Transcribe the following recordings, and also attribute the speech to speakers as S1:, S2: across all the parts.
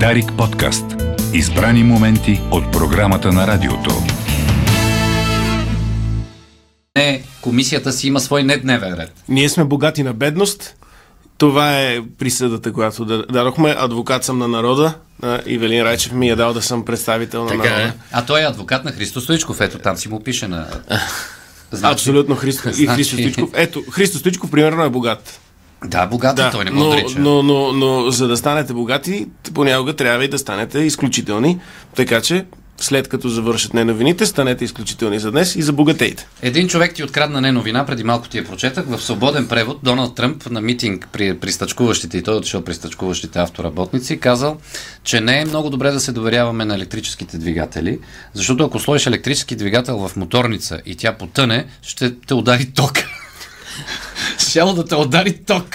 S1: Дарик подкаст. Избрани моменти от програмата на радиото.
S2: Не, комисията си има свой недневен ред.
S3: Ние сме богати на бедност. Това е присъдата, която да- дадохме. Адвокат съм на народа. А, Ивелин Райчев ми е дал да съм представител на
S4: Така
S3: народа.
S4: е.
S2: А той е адвокат на Христо Стоичков, ето там си му пише на... Значи-
S3: Абсолютно Христо. И
S2: Значи-
S3: Христо Стоичков. Ето, Христо Стоичков примерно е богат.
S2: Да, богат е, той не го
S3: но,
S2: отрича.
S3: но, но, но за да станете богати, понякога трябва и да станете изключителни. Така че, след като завършат не новините, станете изключителни за днес и забогатейте.
S2: Един човек ти открадна не новина, преди малко ти я прочетах. В свободен превод Доналд Тръмп на митинг при пристъчкуващите, и той е отишъл при стъчкуващите автоработници, казал, че не е много добре да се доверяваме на електрическите двигатели, защото ако сложиш електрически двигател в моторница и тя потъне, ще те удари ток. Щяло да те удари ток.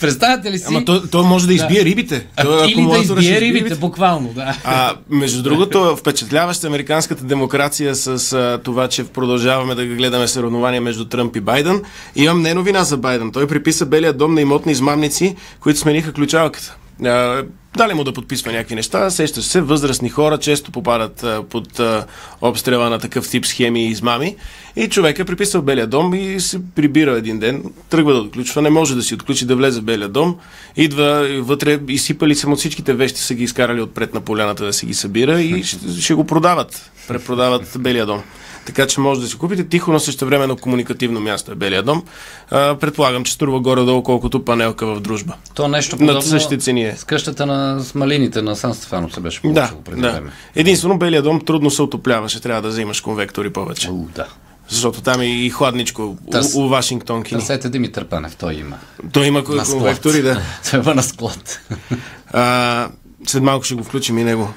S2: Представяте ли си?
S3: Ама то, то може да избие рибите. То,
S5: Или да
S3: акумулатора ще
S5: избие рибите, буквално, да.
S3: А, между другото, впечатляваща американската демокрация с а, това, че продължаваме да гледаме съревнования между Тръмп и Байден. Имам не новина за Байден. Той приписа Белия дом на имотни измамници, които смениха ключалката. А, дали му да подписва някакви неща. Сещаш се, възрастни хора често попадат а, под а, обстрела на такъв тип схеми и измами. И човека е приписал Белия дом и се прибира един ден, тръгва да отключва, не може да си отключи, да влезе в Белия дом. Идва и вътре, изсипали са му всичките вещи, са ги изкарали отпред на поляната да си ги събира и ще, ще го продават, препродават Белия дом. Така че може да си купите тихо, но същевременно комуникативно място е Белия дом. А, предполагам, че струва горе-долу колкото панелка в дружба.
S2: То нещо
S3: над
S2: подобно
S3: същите цени е.
S2: с къщата на Смалините на Сан Стефано се беше получило
S3: Да,
S2: преди
S3: да.
S2: време.
S3: Единствено, Белия дом трудно се отопляваше, трябва да взимаш конвектори повече.
S2: У, да.
S3: Защото там е и хладничко
S2: Търс-
S3: у, у Вашингтонкини.
S2: Търсете Димитър Панев, той има.
S3: Той има
S2: На склад.
S3: конвектори, да.
S2: Той има на склад.
S3: А, след малко ще го включим и него.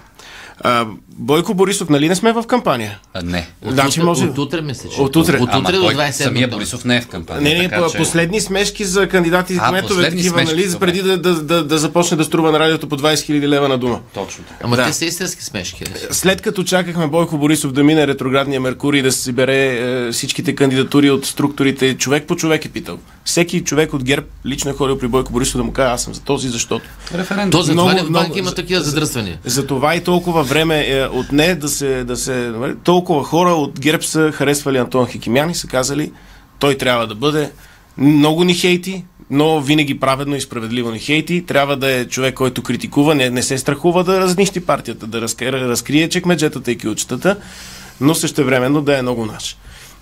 S3: А, Бойко Борисов, нали не сме в кампания?
S2: А, не.
S3: Значи може...
S4: От утре мисля, че.
S3: Отутре.
S4: От утре
S2: Ама
S4: до
S2: той
S4: 27.
S2: Самия Борисов не е в кампания.
S3: Не, не,
S2: така
S3: по-
S2: че-
S3: последни смешки за кандидати и
S2: А,
S3: кметове,
S2: последни
S3: такива,
S2: смешки,
S3: нали, за
S2: добре.
S3: преди да, да, да, да започне да струва на радиото по 20 000 лева на дума.
S2: Точно така.
S4: Ама
S3: Да.
S4: те са истински смешки. бе.
S3: След като чакахме Бойко Борисов да мине ретроградния Меркурий да се събере е, всичките кандидатури от структурите, човек по човек е питал. Всеки човек от ГЕРБ лично е ходил при Бойко Борисов да му каже, аз съм за този, защото.
S2: Референдум.
S4: То за
S3: Много,
S4: това ли в
S3: много-
S4: банка има такива задръствания?
S3: Затова и толкова време е, отне да се, да се... нали, Толкова хора от ГЕРБ са харесвали Антон Хикимян и са казали, той трябва да бъде много ни хейти, но винаги праведно и справедливо ни хейти. Трябва да е човек, който критикува, не, не се страхува да разнищи партията, да разкрие, разкрие чекмеджетата и кюлчетата, но същевременно да е много наш.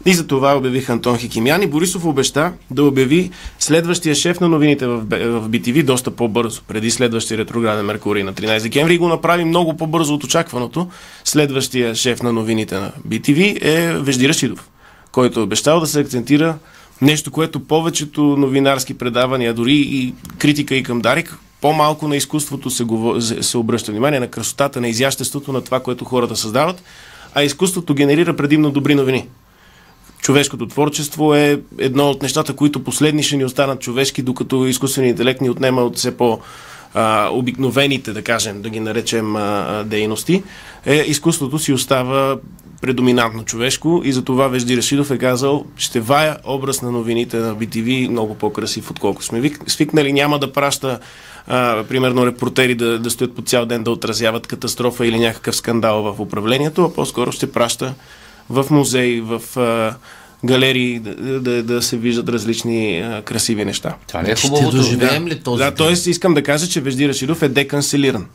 S3: И за това обявих Антон Хикимян и Борисов обеща да обяви следващия шеф на новините в, Б- в BTV доста по-бързо, преди следващия ретрограден Меркурий на 13 декември и го направи много по-бързо от очакваното. Следващия шеф на новините на BTV е Вежди Рашидов, който е обещал да се акцентира нещо, което повечето новинарски предавания, дори и критика и към Дарик, по-малко на изкуството се, гово... се- се обръща внимание, на красотата, на изяществото, на това, което хората създават, а изкуството генерира предимно добри новини човешкото творчество е едно от нещата, които последни ще ни останат човешки, докато изкуственият интелект ни отнема от все по а, обикновените, да кажем, да ги наречем а, а, дейности, е, изкуството си остава предоминантно човешко и затова Вежди Рашидов е казал, ще вая образ на новините на BTV много по-красив, отколкото сме вик- свикнали. Няма да праща а, примерно репортери да, да стоят по цял ден да отразяват катастрофа или някакъв скандал в управлението, а по-скоро ще праща в музеи, в а, галерии да, да, да се виждат различни а, красиви неща.
S2: Това ли е
S4: Ще
S2: хубавото?
S4: доживеем ли този?
S3: Да,
S4: ден?
S3: т.е. искам да кажа, че Вежди Рашидов е деканцелиран.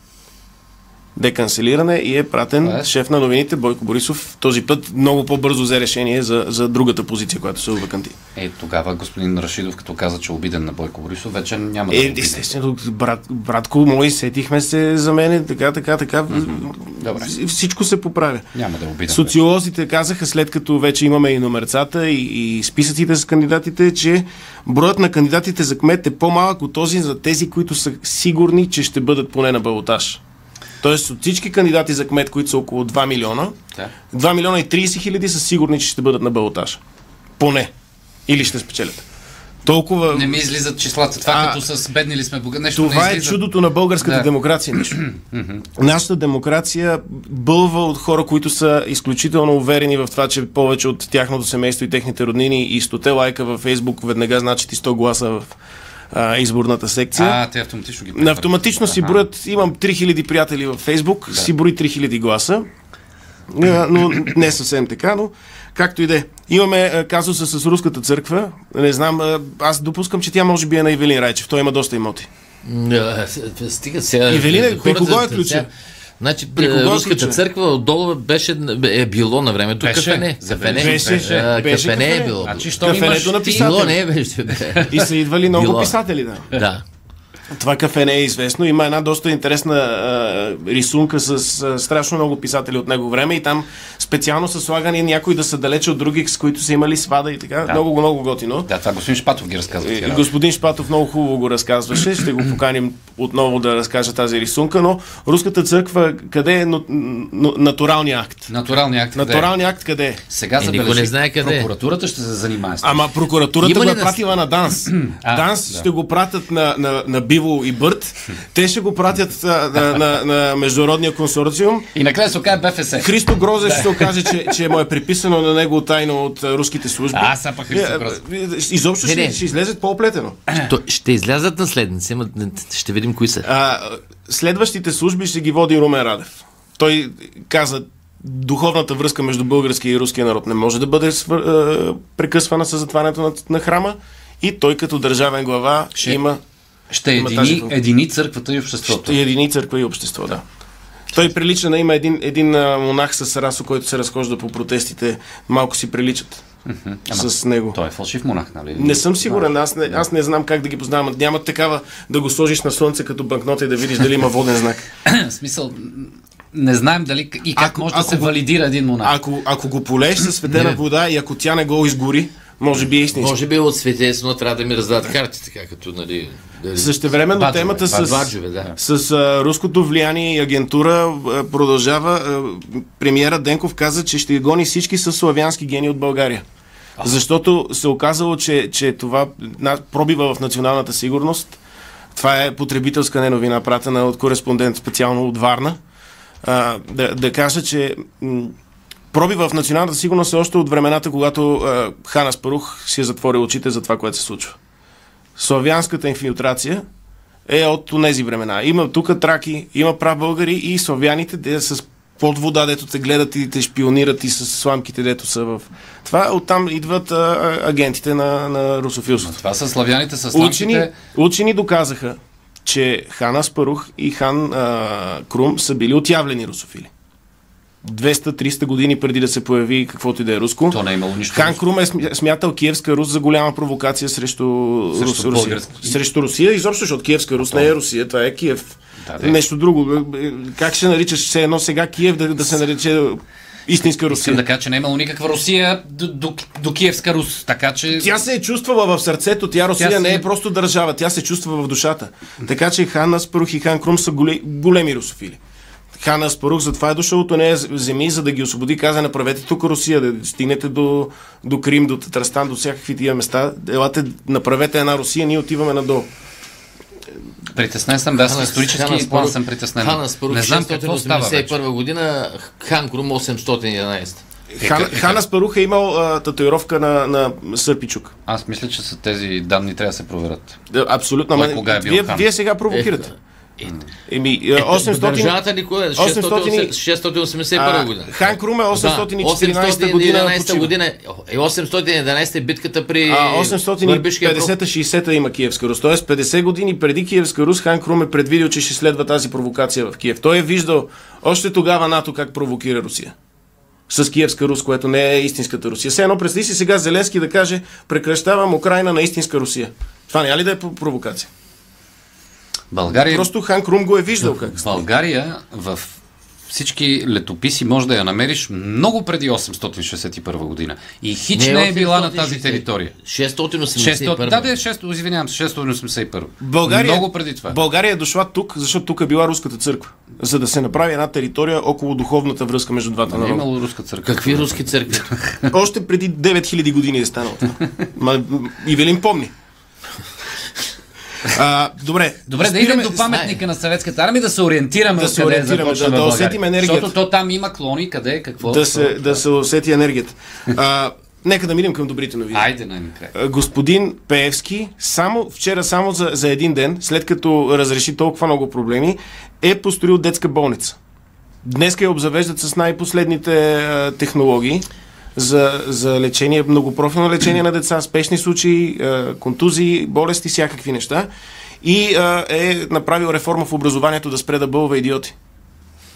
S3: Деканцелиран е и е пратен
S2: Това е.
S3: шеф на новините Бойко Борисов. Този път много по-бързо взе решение за, за другата позиция, която се ваканти.
S2: Е, тогава господин Рашидов, като каза, че е обиден на Бойко Борисов, вече няма да го
S3: Е,
S2: обиди.
S3: естествено, брат, братко мой, сетихме се за мене, така, така, така.
S2: Добре.
S3: Вс- Всичко се поправя.
S2: Няма да е обиден.
S3: Социолозите казаха, след като вече имаме и номерцата и, и списъците с кандидатите, че броят на кандидатите за кмет е по-малък от този за тези, които са сигурни, че ще бъдат поне на балотаж. Тоест от всички кандидати за кмет, които са около 2 милиона,
S2: Да.
S3: 2 милиона и 30 хиляди са сигурни, че ще бъдат на балотаж. Поне. Или ще спечелят. Толкова...
S2: Не ми излизат числата. Това
S3: А,
S2: като с бедни ли сме бога. Нещо
S3: Това
S2: не
S3: е
S2: излиза.
S3: чудото на българската
S2: Да.
S3: демокрация. Мишо. Нашата демокрация бълва от хора, които са изключително уверени в това, че повече от тяхното семейство и техните роднини и 100 лайка във Фейсбук веднага значат и 100 значи гласа в а, изборната секция.
S2: А, те автоматично ги
S3: На
S2: прехвърлят.
S3: автоматично си
S2: Аха.
S3: броят, имам 3000 приятели във Фейсбук, си брои 3000 гласа. А, Но не съвсем така, но както и да е. Имаме а, казуса с Руската църква. Не знам, а, аз допускам, че тя може би е на Евелин Райчев. Той има доста имоти.
S4: Да, с- с- Стига сега.
S3: Евелина, при
S4: хората-
S3: кого е ключа?
S4: сега- Значи,
S3: При
S4: е,
S3: кого е
S4: Руската
S3: ключа?
S4: църква отдолу беше, е било на времето
S2: Беше.
S4: кафене. Кафене.
S3: Беше.
S4: А,
S3: Беше
S4: Кафене е
S3: кафене.
S4: било.
S2: Значи, що имаш...
S3: Кафенето на
S4: Било не
S3: писатели.
S4: е беше. бе.
S3: И са идвали много
S4: Било.
S3: писатели, да.
S4: Да.
S3: Това кафе не е известно. Има една доста интересна а, рисунка с а, страшно много писатели от него време и там специално са слагани някои да са далече от други, с които са имали свада и така. Да. Много, много готино.
S2: Да, това господин Шпатов ги разказва.
S3: И-
S2: тия
S3: Е, И
S2: работи.
S3: господин Шпатов много хубаво го разказваше. Ще го поканим отново да разкаже тази рисунка, но Руската църква къде е но, но, натуралният акт?
S2: Натуралният акт. къде е?
S3: Натуралният акт къде е?
S2: Сега
S4: Е, никой
S2: забележи,
S4: не знае къде е.
S2: прокуратурата ще се занимае с това.
S3: Ама прокуратурата
S4: Има
S3: го
S4: ли
S3: е
S4: нас-
S3: пратила на Данс.
S2: А,
S3: Данс
S2: да.
S3: ще го пратят на, на, на Биво и Бърт. Те ще го пратят а, на, на, на Международния консорциум.
S2: И накрая се окаже БФС.
S3: Христо Грозе ще се окаже, че, че му е приписано на него тайно от а, руските служби.
S2: А, са пак Христо
S3: Е, е,
S2: Грозе.
S3: е, Изобщо
S4: Не,
S3: ще,
S4: не.
S3: ще излезет по-оплетено.
S4: То, ще излязат наследници, ама не- ще видим кои са.
S3: А, следващите служби ще ги води Румен Радев. Той каза, духовната връзка между българския и руския народ не може да бъде свър... а, прекъсвана с затварянето на, на храма и той като държавен глава ще
S2: Ще-
S3: има
S2: Ще
S3: Има тази
S2: едини,
S3: функция.
S2: едини църквата и обществото.
S3: и едини църква и общество, да. Той прилича на има един, един а, монах с расо, който се разхожда по протестите. Малко си приличат с него.
S2: Той е фалшив монах, нали?
S3: Не съм сигурен, аз не, аз не знам как да ги познавам. Няма такава да го сложиш на слънце като банкнота и да видиш дали има воден знак.
S2: В смисъл, м, не знаем дали и как
S3: Ако-
S2: може да
S3: ако
S2: се
S3: го-
S2: валидира един монах.
S3: Ако, ако го полееш със светена
S4: Не.
S3: вода и ако тя не го изгори, може би е истински.
S4: Може би от светесно трябва да ми раздадат карти, така като, нали... дали-
S3: Същевременно
S2: Баджове,
S3: темата с,
S4: Баджове, да.
S3: с а, руското влияние и агентура а, продължава. А, премиера Денков каза, че ще гони всички с славянски гени от България. Защото се оказало, че, че това на- пробива в националната сигурност. Това е потребителска неновина, пратена от кореспондент специално от Варна. А, да, да кажа, че м, пробива в националната сигурност е още от времената, когато а, Хана Спарух си е затворил очите за това, което се случва. Славянската инфилтрация е от тези времена. Има тук траки, има прабългари и славяните, де с под вода, дето те гледат и те шпионират и с сламките, дето са в... Това е оттам идват а, а, агентите на, на русофилството.
S2: Това са славяните с
S3: Учени,
S2: лампите.
S3: учени доказаха, че хан Аспарух и хан а, Крум са били отявлени русофили. 200-300 години преди да се появи каквото и да е руско.
S2: То не е имало нищо.
S3: Хан Крум е см- смятал Киевска Рус за голяма провокация срещу,
S2: Срещу
S3: Рус, Русия.
S2: български.
S3: Срещу Русия, изобщо, защото Киевска Рус не е Русия, това е Киев.
S2: Да, да.
S3: Нещо друго. Е, е, Как ще наричаш все едно сега Киев да, да се нарече истинска Русия?
S2: Искам да кажа, че не е имало никаква Русия до, до, до Киевска Рус. Така че...
S3: Тя се е чувствала в сърцето, тя Русия
S2: Тя си-
S3: не е просто държава, тя се чувства в душата. Така че хан Аспарух и хан Крум са голе- големи русофили. Хан Аспарух затова е дошъл от нея земи, за да ги освободи, каза, направете тук Русия, да стигнете до, до Крим, до Татарстан, до всякакви тия места. Елате, направете една Русия, ние отиваме надолу.
S2: Притеснен съм, да, аз исторически план съм притеснен.
S4: Хана Спарух,
S2: не знам какво става вече.
S4: 681 година, Хан Крум 811.
S3: Хан, хан Аспарух е имал а, татуировка на, на Сърпичук.
S2: Аз мисля, че са тези данни трябва да се проверят.
S3: А, Абсолютно.
S2: Кой
S3: ама-
S2: кога е бил
S3: вие,
S2: хан?
S3: вие сега провокирате. Еми, а, 800...
S4: Държавата ли е? кое?
S3: 800
S4: 681
S3: А,
S4: година.
S3: хан Крум е 814 година.
S4: 811
S3: почива.
S4: година. Е, 811 е битката при
S3: А,
S4: Върбишкия проход.
S3: 850-60 има Киевска Рус. Тоест 50 години преди Киевска Рус Хан Крум е предвидил, че ще следва тази провокация в Киев. Той е виждал още тогава НАТО как провокира Русия. С Киевска Рус, което не е истинската Русия. Все едно представи си сега Зеленски да каже прекращавам Украина на истинска Русия. Това няма ли да е провокация?
S2: България
S3: Просто Хан Крум го е виждал как.
S2: България в всички летописи може да я намериш много преди 861 година. И хич не, е била на тази
S4: 860.
S2: територия. 600,
S4: 681.
S2: да, е да, 600, извинявам се, 681.
S3: България,
S2: Много преди това.
S3: България е дошла тук, защото тук е била руската църква. За да се направи една територия около духовната връзка между
S2: Не е
S3: двата народа.
S2: имало руска църква.
S4: Какви руски църкви?
S3: Още преди 9000 години е станало това. Ма, Ивелин помни. А, добре.
S2: Добре, да
S3: спираме-
S2: идем до паметника на съветската армия, да се ориентираме
S3: Да
S2: от къде
S3: се
S2: е
S3: ориентираме, да-
S2: започнала
S3: да
S2: България.
S3: усетим енергията.
S2: Защото то там има клони, къде, какво.
S3: Да се, да се усети енергията. А, Нека да минем към добрите новини.
S2: Айде най-накрая.
S3: А, Е, Господин Пеевски, само вчера, само за, за един ден, след като разреши толкова много проблеми, е построил детска болница. Днес я обзавеждат с най-последните а, технологии за, за лечение, многопрофилно лечение на деца, спешни случаи, а, контузии, болести, всякакви неща. И а, е направил реформа в образованието да спре да бълва идиоти.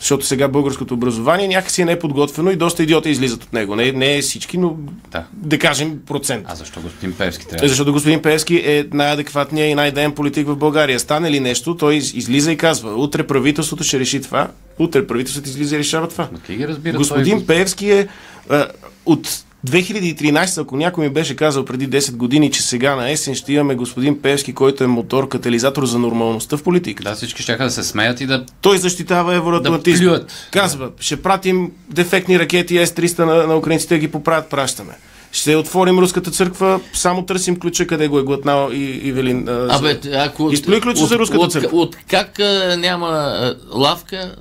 S3: Защото сега българското образование някакси не е подготвено и доста идиоти излизат от него. Не, не е всички, но
S2: Да.
S3: да кажем процент.
S2: А защо господин Певски трябва?
S3: Защото господин Певски е най-адекватният и най-ден политик в България. Стане ли нещо, той из- излиза и казва, утре правителството ще реши това, утре правителството излиза и решава това.
S2: Ти ги разбира
S3: Господин
S2: той...
S3: Певски е а, от 2013, ако някой ми беше казал преди 10 години, че сега на есен ще имаме господин Певски, който е мотор, катализатор за нормалността в политиката.
S2: Да, всички ще да се смеят и да...
S3: Той защитава евроатлантизма.
S2: Да плюят.
S3: Казва, ще пратим дефектни ракети С-300 на, на украинците, да ги поправят, пращаме. Ще отворим руската църква, само търсим ключа, къде го е глътнал и, Ивелин. а, за-
S4: Абе, ако...
S3: Изплюй ключа за руската
S4: от,
S3: църква.
S4: От, как а, няма а, лавка,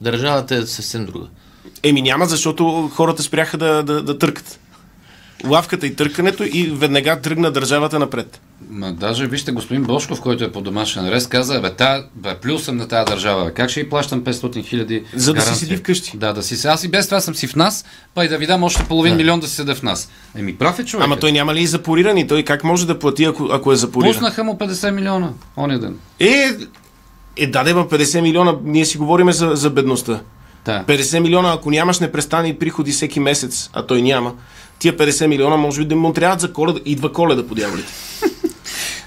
S4: държавата е съвсем друга.
S3: Еми няма, защото хората спряха да, да, да търкат. Лавката и търкането и веднага тръгна държавата напред.
S2: Ма, даже вижте господин Бошков, който е по домашен арест, каза, бе, та, бе плюс съм на тази държава, бе, как ще и плащам 500 хиляди
S3: За да си
S2: гаранция?
S3: седи вкъщи.
S2: Да, да си се. Аз и без това съм си в нас, па и да ви дам още половин милион да си седа в нас. Еми, прав е човек.
S3: Ама той няма ли и запорирани? Той как може да плати, ако, ако е запориран?
S2: Пуснаха му 50 милиона оня ден.
S3: Е, е да, да, има 50 милиона. Ние си говорим за, за бедността.
S2: Да.
S3: 50 милиона, ако нямаш непрестани приходи всеки месец, а той няма, тия 50 милиона може би да му трябват за коледа. Идва коледа по дяволите.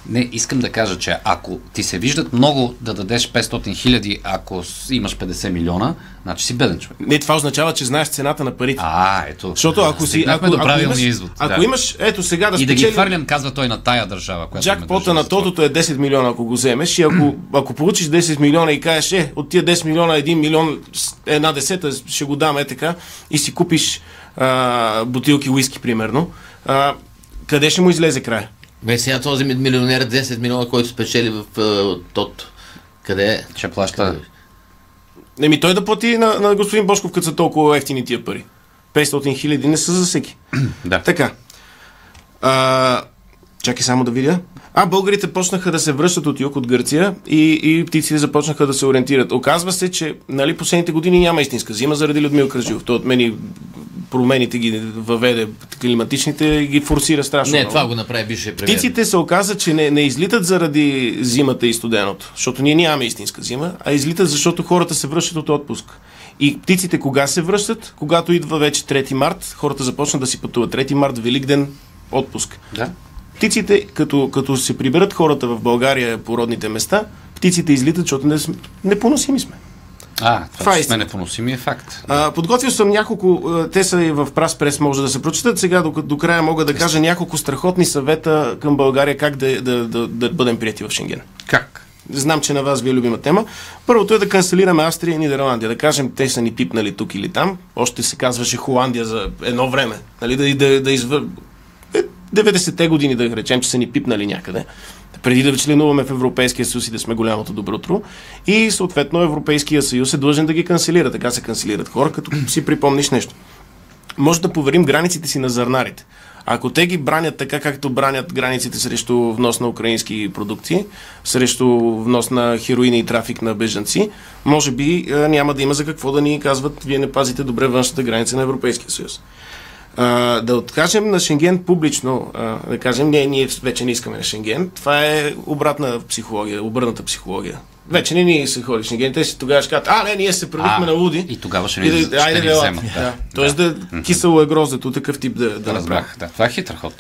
S2: Не, искам да кажа, че ако ти се виждат много да дадеш 500 хиляди, ако с- имаш 50 милиона, значи си беден човек.
S3: Не, това означава, че знаеш цената на парите.
S2: А, ето.
S3: Защото ако си.
S2: Стигнахме
S3: Ако,
S2: до
S3: ако,
S2: правилния
S3: имаш,
S2: извод.
S3: ако
S2: да.
S3: имаш, ето сега да
S2: И да
S3: спечели...
S2: ги хвърлям, казва той на тая държава, която ме държи
S3: Джакпота
S2: в
S3: на
S2: затвора.
S3: тотото е 10 милиона, ако го вземеш. И ако, ако получиш 10 милиона и кажеш, е, от тия 10 милиона, 1 милион, с- една десета ще го дам, е така, и си купиш а, бутилки уиски, примерно, а, къде ще му излезе края?
S4: Бе, сега този ми- милионер 10 милиона, който спечели в а, тот. Къде е?
S2: Ще плаща.
S3: Еми той да плати на, на господин Бошков, като са толкова ефтини тия пари. 500 хиляди не са за всеки.
S2: Да.
S3: Така. А, чакай само да видя. А, българите почнаха да се връщат от юг от Гърция и, и птиците започнаха да се ориентират. Оказва се, че нали, последните години няма истинска зима заради Людмил Кръжилов. Той отмени промените ги въведе, климатичните и ги форсира страшно.
S4: Не,
S3: много.
S4: това го направи бившия премиер.
S3: Птиците се оказа, че не, не излитат заради зимата и студеното, защото ние нямаме истинска зима, а излитат, защото хората се връщат от отпуск. И птиците кога се връщат? Когато идва вече 3 март, хората започнат да си пътуват. 3 март, Великден, отпуск.
S2: Да.
S3: Птиците, като, като се приберат хората в България по родните места, птиците излитат, защото не, сме- непоносими сме.
S2: А, това,
S3: Това
S2: че
S3: е
S2: сме
S3: истина.
S2: непоносими е факт.
S3: А, подготвил съм няколко, а, те са и в прас прес, може да се прочитат. Сега до, до края мога да кажа няколко страхотни съвета към България как да, да, да, да бъдем прияти в Шенген.
S2: Как?
S3: Знам, че на вас ви е любима тема. Първото е да канцелираме Австрия и Нидерландия. Да кажем, те са ни пипнали тук или там. Още се казваше Холандия за едно време. Нали, да, да, да извър... е, 90-те години, да речем, че са ни пипнали някъде. Преди да членуваме в Европейския съюз и да сме голямото добротро. И съответно Европейския съюз е длъжен да ги канцелира. Така се канцелират хора, като си припомниш нещо може да поверим границите си на зърнарите. Ако те ги бранят така, както бранят границите срещу внос на украински продукти, срещу внос на хероина и трафик на бежанци, може би е, няма да има за какво да ни казват, вие не пазите добре външната граница на Европейския съюз. А, да откажем на Шенген публично, а, да кажем, не, ние вече не искаме на Шенген, това е обратна психология, обърната психология. Вече не ние се ходи в Шенген, те си тогава ще кажат, а, не, ние се превърнахме
S2: А,
S3: на луди.
S2: и тогава ще ни-
S3: И да-
S2: ще
S3: айде,
S2: ни
S3: бе,
S2: вземат,
S3: ла.
S2: да.
S3: Да. Тоест да, кисело е гроздето, такъв тип да, да
S2: Да,
S3: направим.
S2: разбрах. Да, това е хитър ход.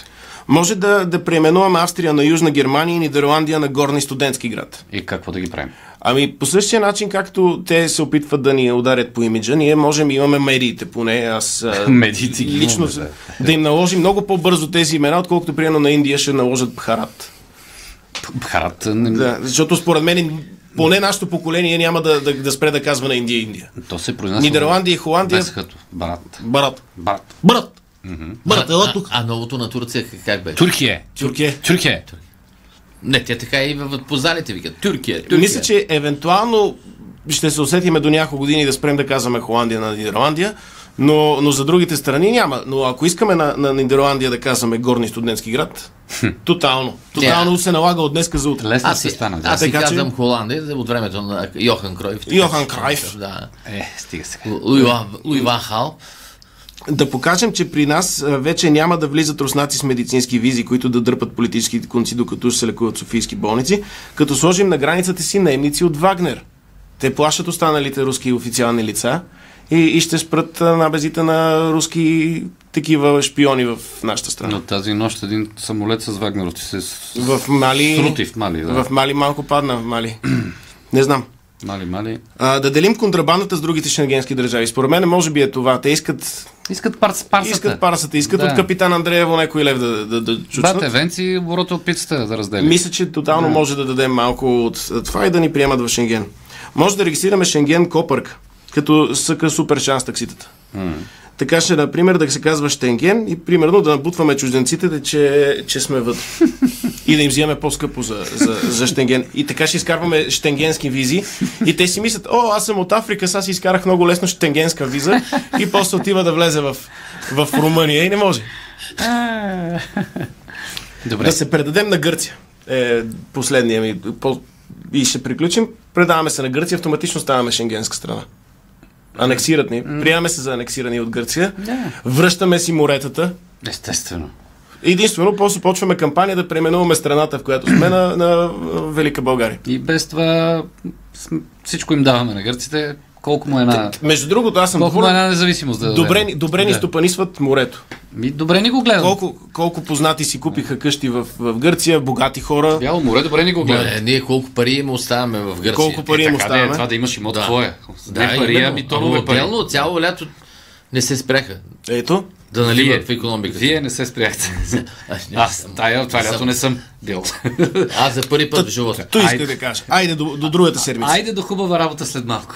S3: Може да, да преименуваме Австрия на Южна Германия и Нидерландия на Горни студентски град.
S2: И какво да ги правим?
S3: Ами по същия начин, както те се опитват да ни ударят по имиджа, ние можем, имаме медиите поне, аз а,
S2: Медиите ги
S3: лично
S2: имаме,
S3: с-
S2: да.
S3: да им наложим много по-бързо тези имена, отколкото приемно на Индия ще наложат Бхарат.
S2: Харат не...
S3: Да, защото според мен поне нашето поколение няма да, да, да спре да казва на Индия Индия.
S2: То се произнася...
S3: Нидерландия и Холандия,
S2: Без хато. Брат.
S3: Барат.
S2: Брат.
S3: Брат!
S4: Брат,
S3: Брат, ела тук.
S4: А, а новото на Турция как, как бе?
S2: Туркия.
S3: Тюркия.
S2: Туркия.
S4: Не, те така и в по залите викат. Туркия, Туркия.
S3: Е, Мисля, че евентуално ще се усетиме до няколко години да спрем да казваме Холандия на Нидерландия, Но, но за другите страни няма. Но ако искаме на, на Нидерландия да казваме горни студентски град, тотално. Тотално се налага от днеска за утре.
S2: Лесно
S4: Аз,
S2: ще
S4: си,
S2: стана. да.
S4: аз си
S3: Така че-
S4: казвам Холандия от времето на Йохан Кройф. така
S3: Йохан
S4: че-
S3: Кройф.
S4: Да.
S2: Е, стига сега.
S4: Луи Ван- Луи Ван Хал.
S3: Да покажем, че при нас а, вече няма да влизат руснаци с медицински визи, които да дърпат политическите конци, докато ще се лекуват в софийски болници, като сложим на границата си наемници от Вагнер. Те плашат останалите руски официални лица и, и ще спрат а, набезите на руски такива шпиони в нашата страна.
S2: Но тази нощ един самолет с Вагнеровци се с-
S3: В Мали...
S2: срути в Мали. Да.
S3: В Мали малко падна, в Мали. Не знам.
S2: Мали, Мали.
S3: А, да делим контрабандата с другите шенгенски държави. Според мен може би е това. Те искат,
S2: Искат парс, парсата.
S3: искат парсата, искат
S2: Да.
S3: от капитан Андреево някой лев да, да, да чучнат.
S2: Бате, венци, оборота от пицата да разделим.
S3: Мисля, че тотално може да дадем малко от това и да ни приемат в Шенген. Може да регистрираме Шенген Копърк, като съка супер шанс такситата. Така ще, например, да се казва Шенген и примерно да набутваме чужденците, че, че сме вътре. и да им взимаме по-скъпо за, за, за Шенген. И така ще изкарваме Шенгенски визи. И те си мислят, о, аз съм от Африка, сега си изкарах много лесно Шенгенска виза и после отива да влезе в, в Румъния и не може.
S2: Добре.
S3: Да се предадем на Гърция. Е, последния ми. По... И ще приключим. Предаваме се на Гърция, автоматично ставаме шенгенска страна. Анексират ни. Приемаме се за анексирани от Гърция. Връщаме си моретата.
S2: Естествено.
S3: Единствено, после почваме кампания да преименуваме страната, в която сме на, на а, Велика България.
S2: И без това см- всичко им даваме на гърците. Колко му е една,
S3: Между другото, аз съм
S2: колко му е
S3: доволен.
S2: една независимост да
S3: Добре,
S2: дадем?
S3: ни- добре ни
S2: да.
S3: стопанисват морето.
S2: Ми, добре ни го гледам.
S3: Колко, колко познати си купиха къщи в, в Гърция, богати хора.
S2: Бяло море, добре ни го гледам.
S4: Е, Ние колко пари им оставаме в Гърция.
S3: Колко пари им
S2: Така да е,
S3: оставаме?
S2: това да имаш имот
S4: Да.
S2: твое.
S4: Да,
S2: Не пари,
S4: именно.
S2: ами
S4: Ама
S2: тонове пари.
S4: Отделно цяло лято не се спряха
S3: Ето.
S4: да наливат в
S2: Вие.
S4: економиката.
S2: Вие не се спряхте.
S4: Аз, не
S2: Аз
S4: съм.
S2: тая, това
S4: Не
S2: лято
S4: съм.
S2: не съм бил.
S4: Аз за първи път в живота.
S3: То
S2: Айде.
S3: исках да кажа. Айде до, до другата седмица.
S2: Айде до хубава работа след малко.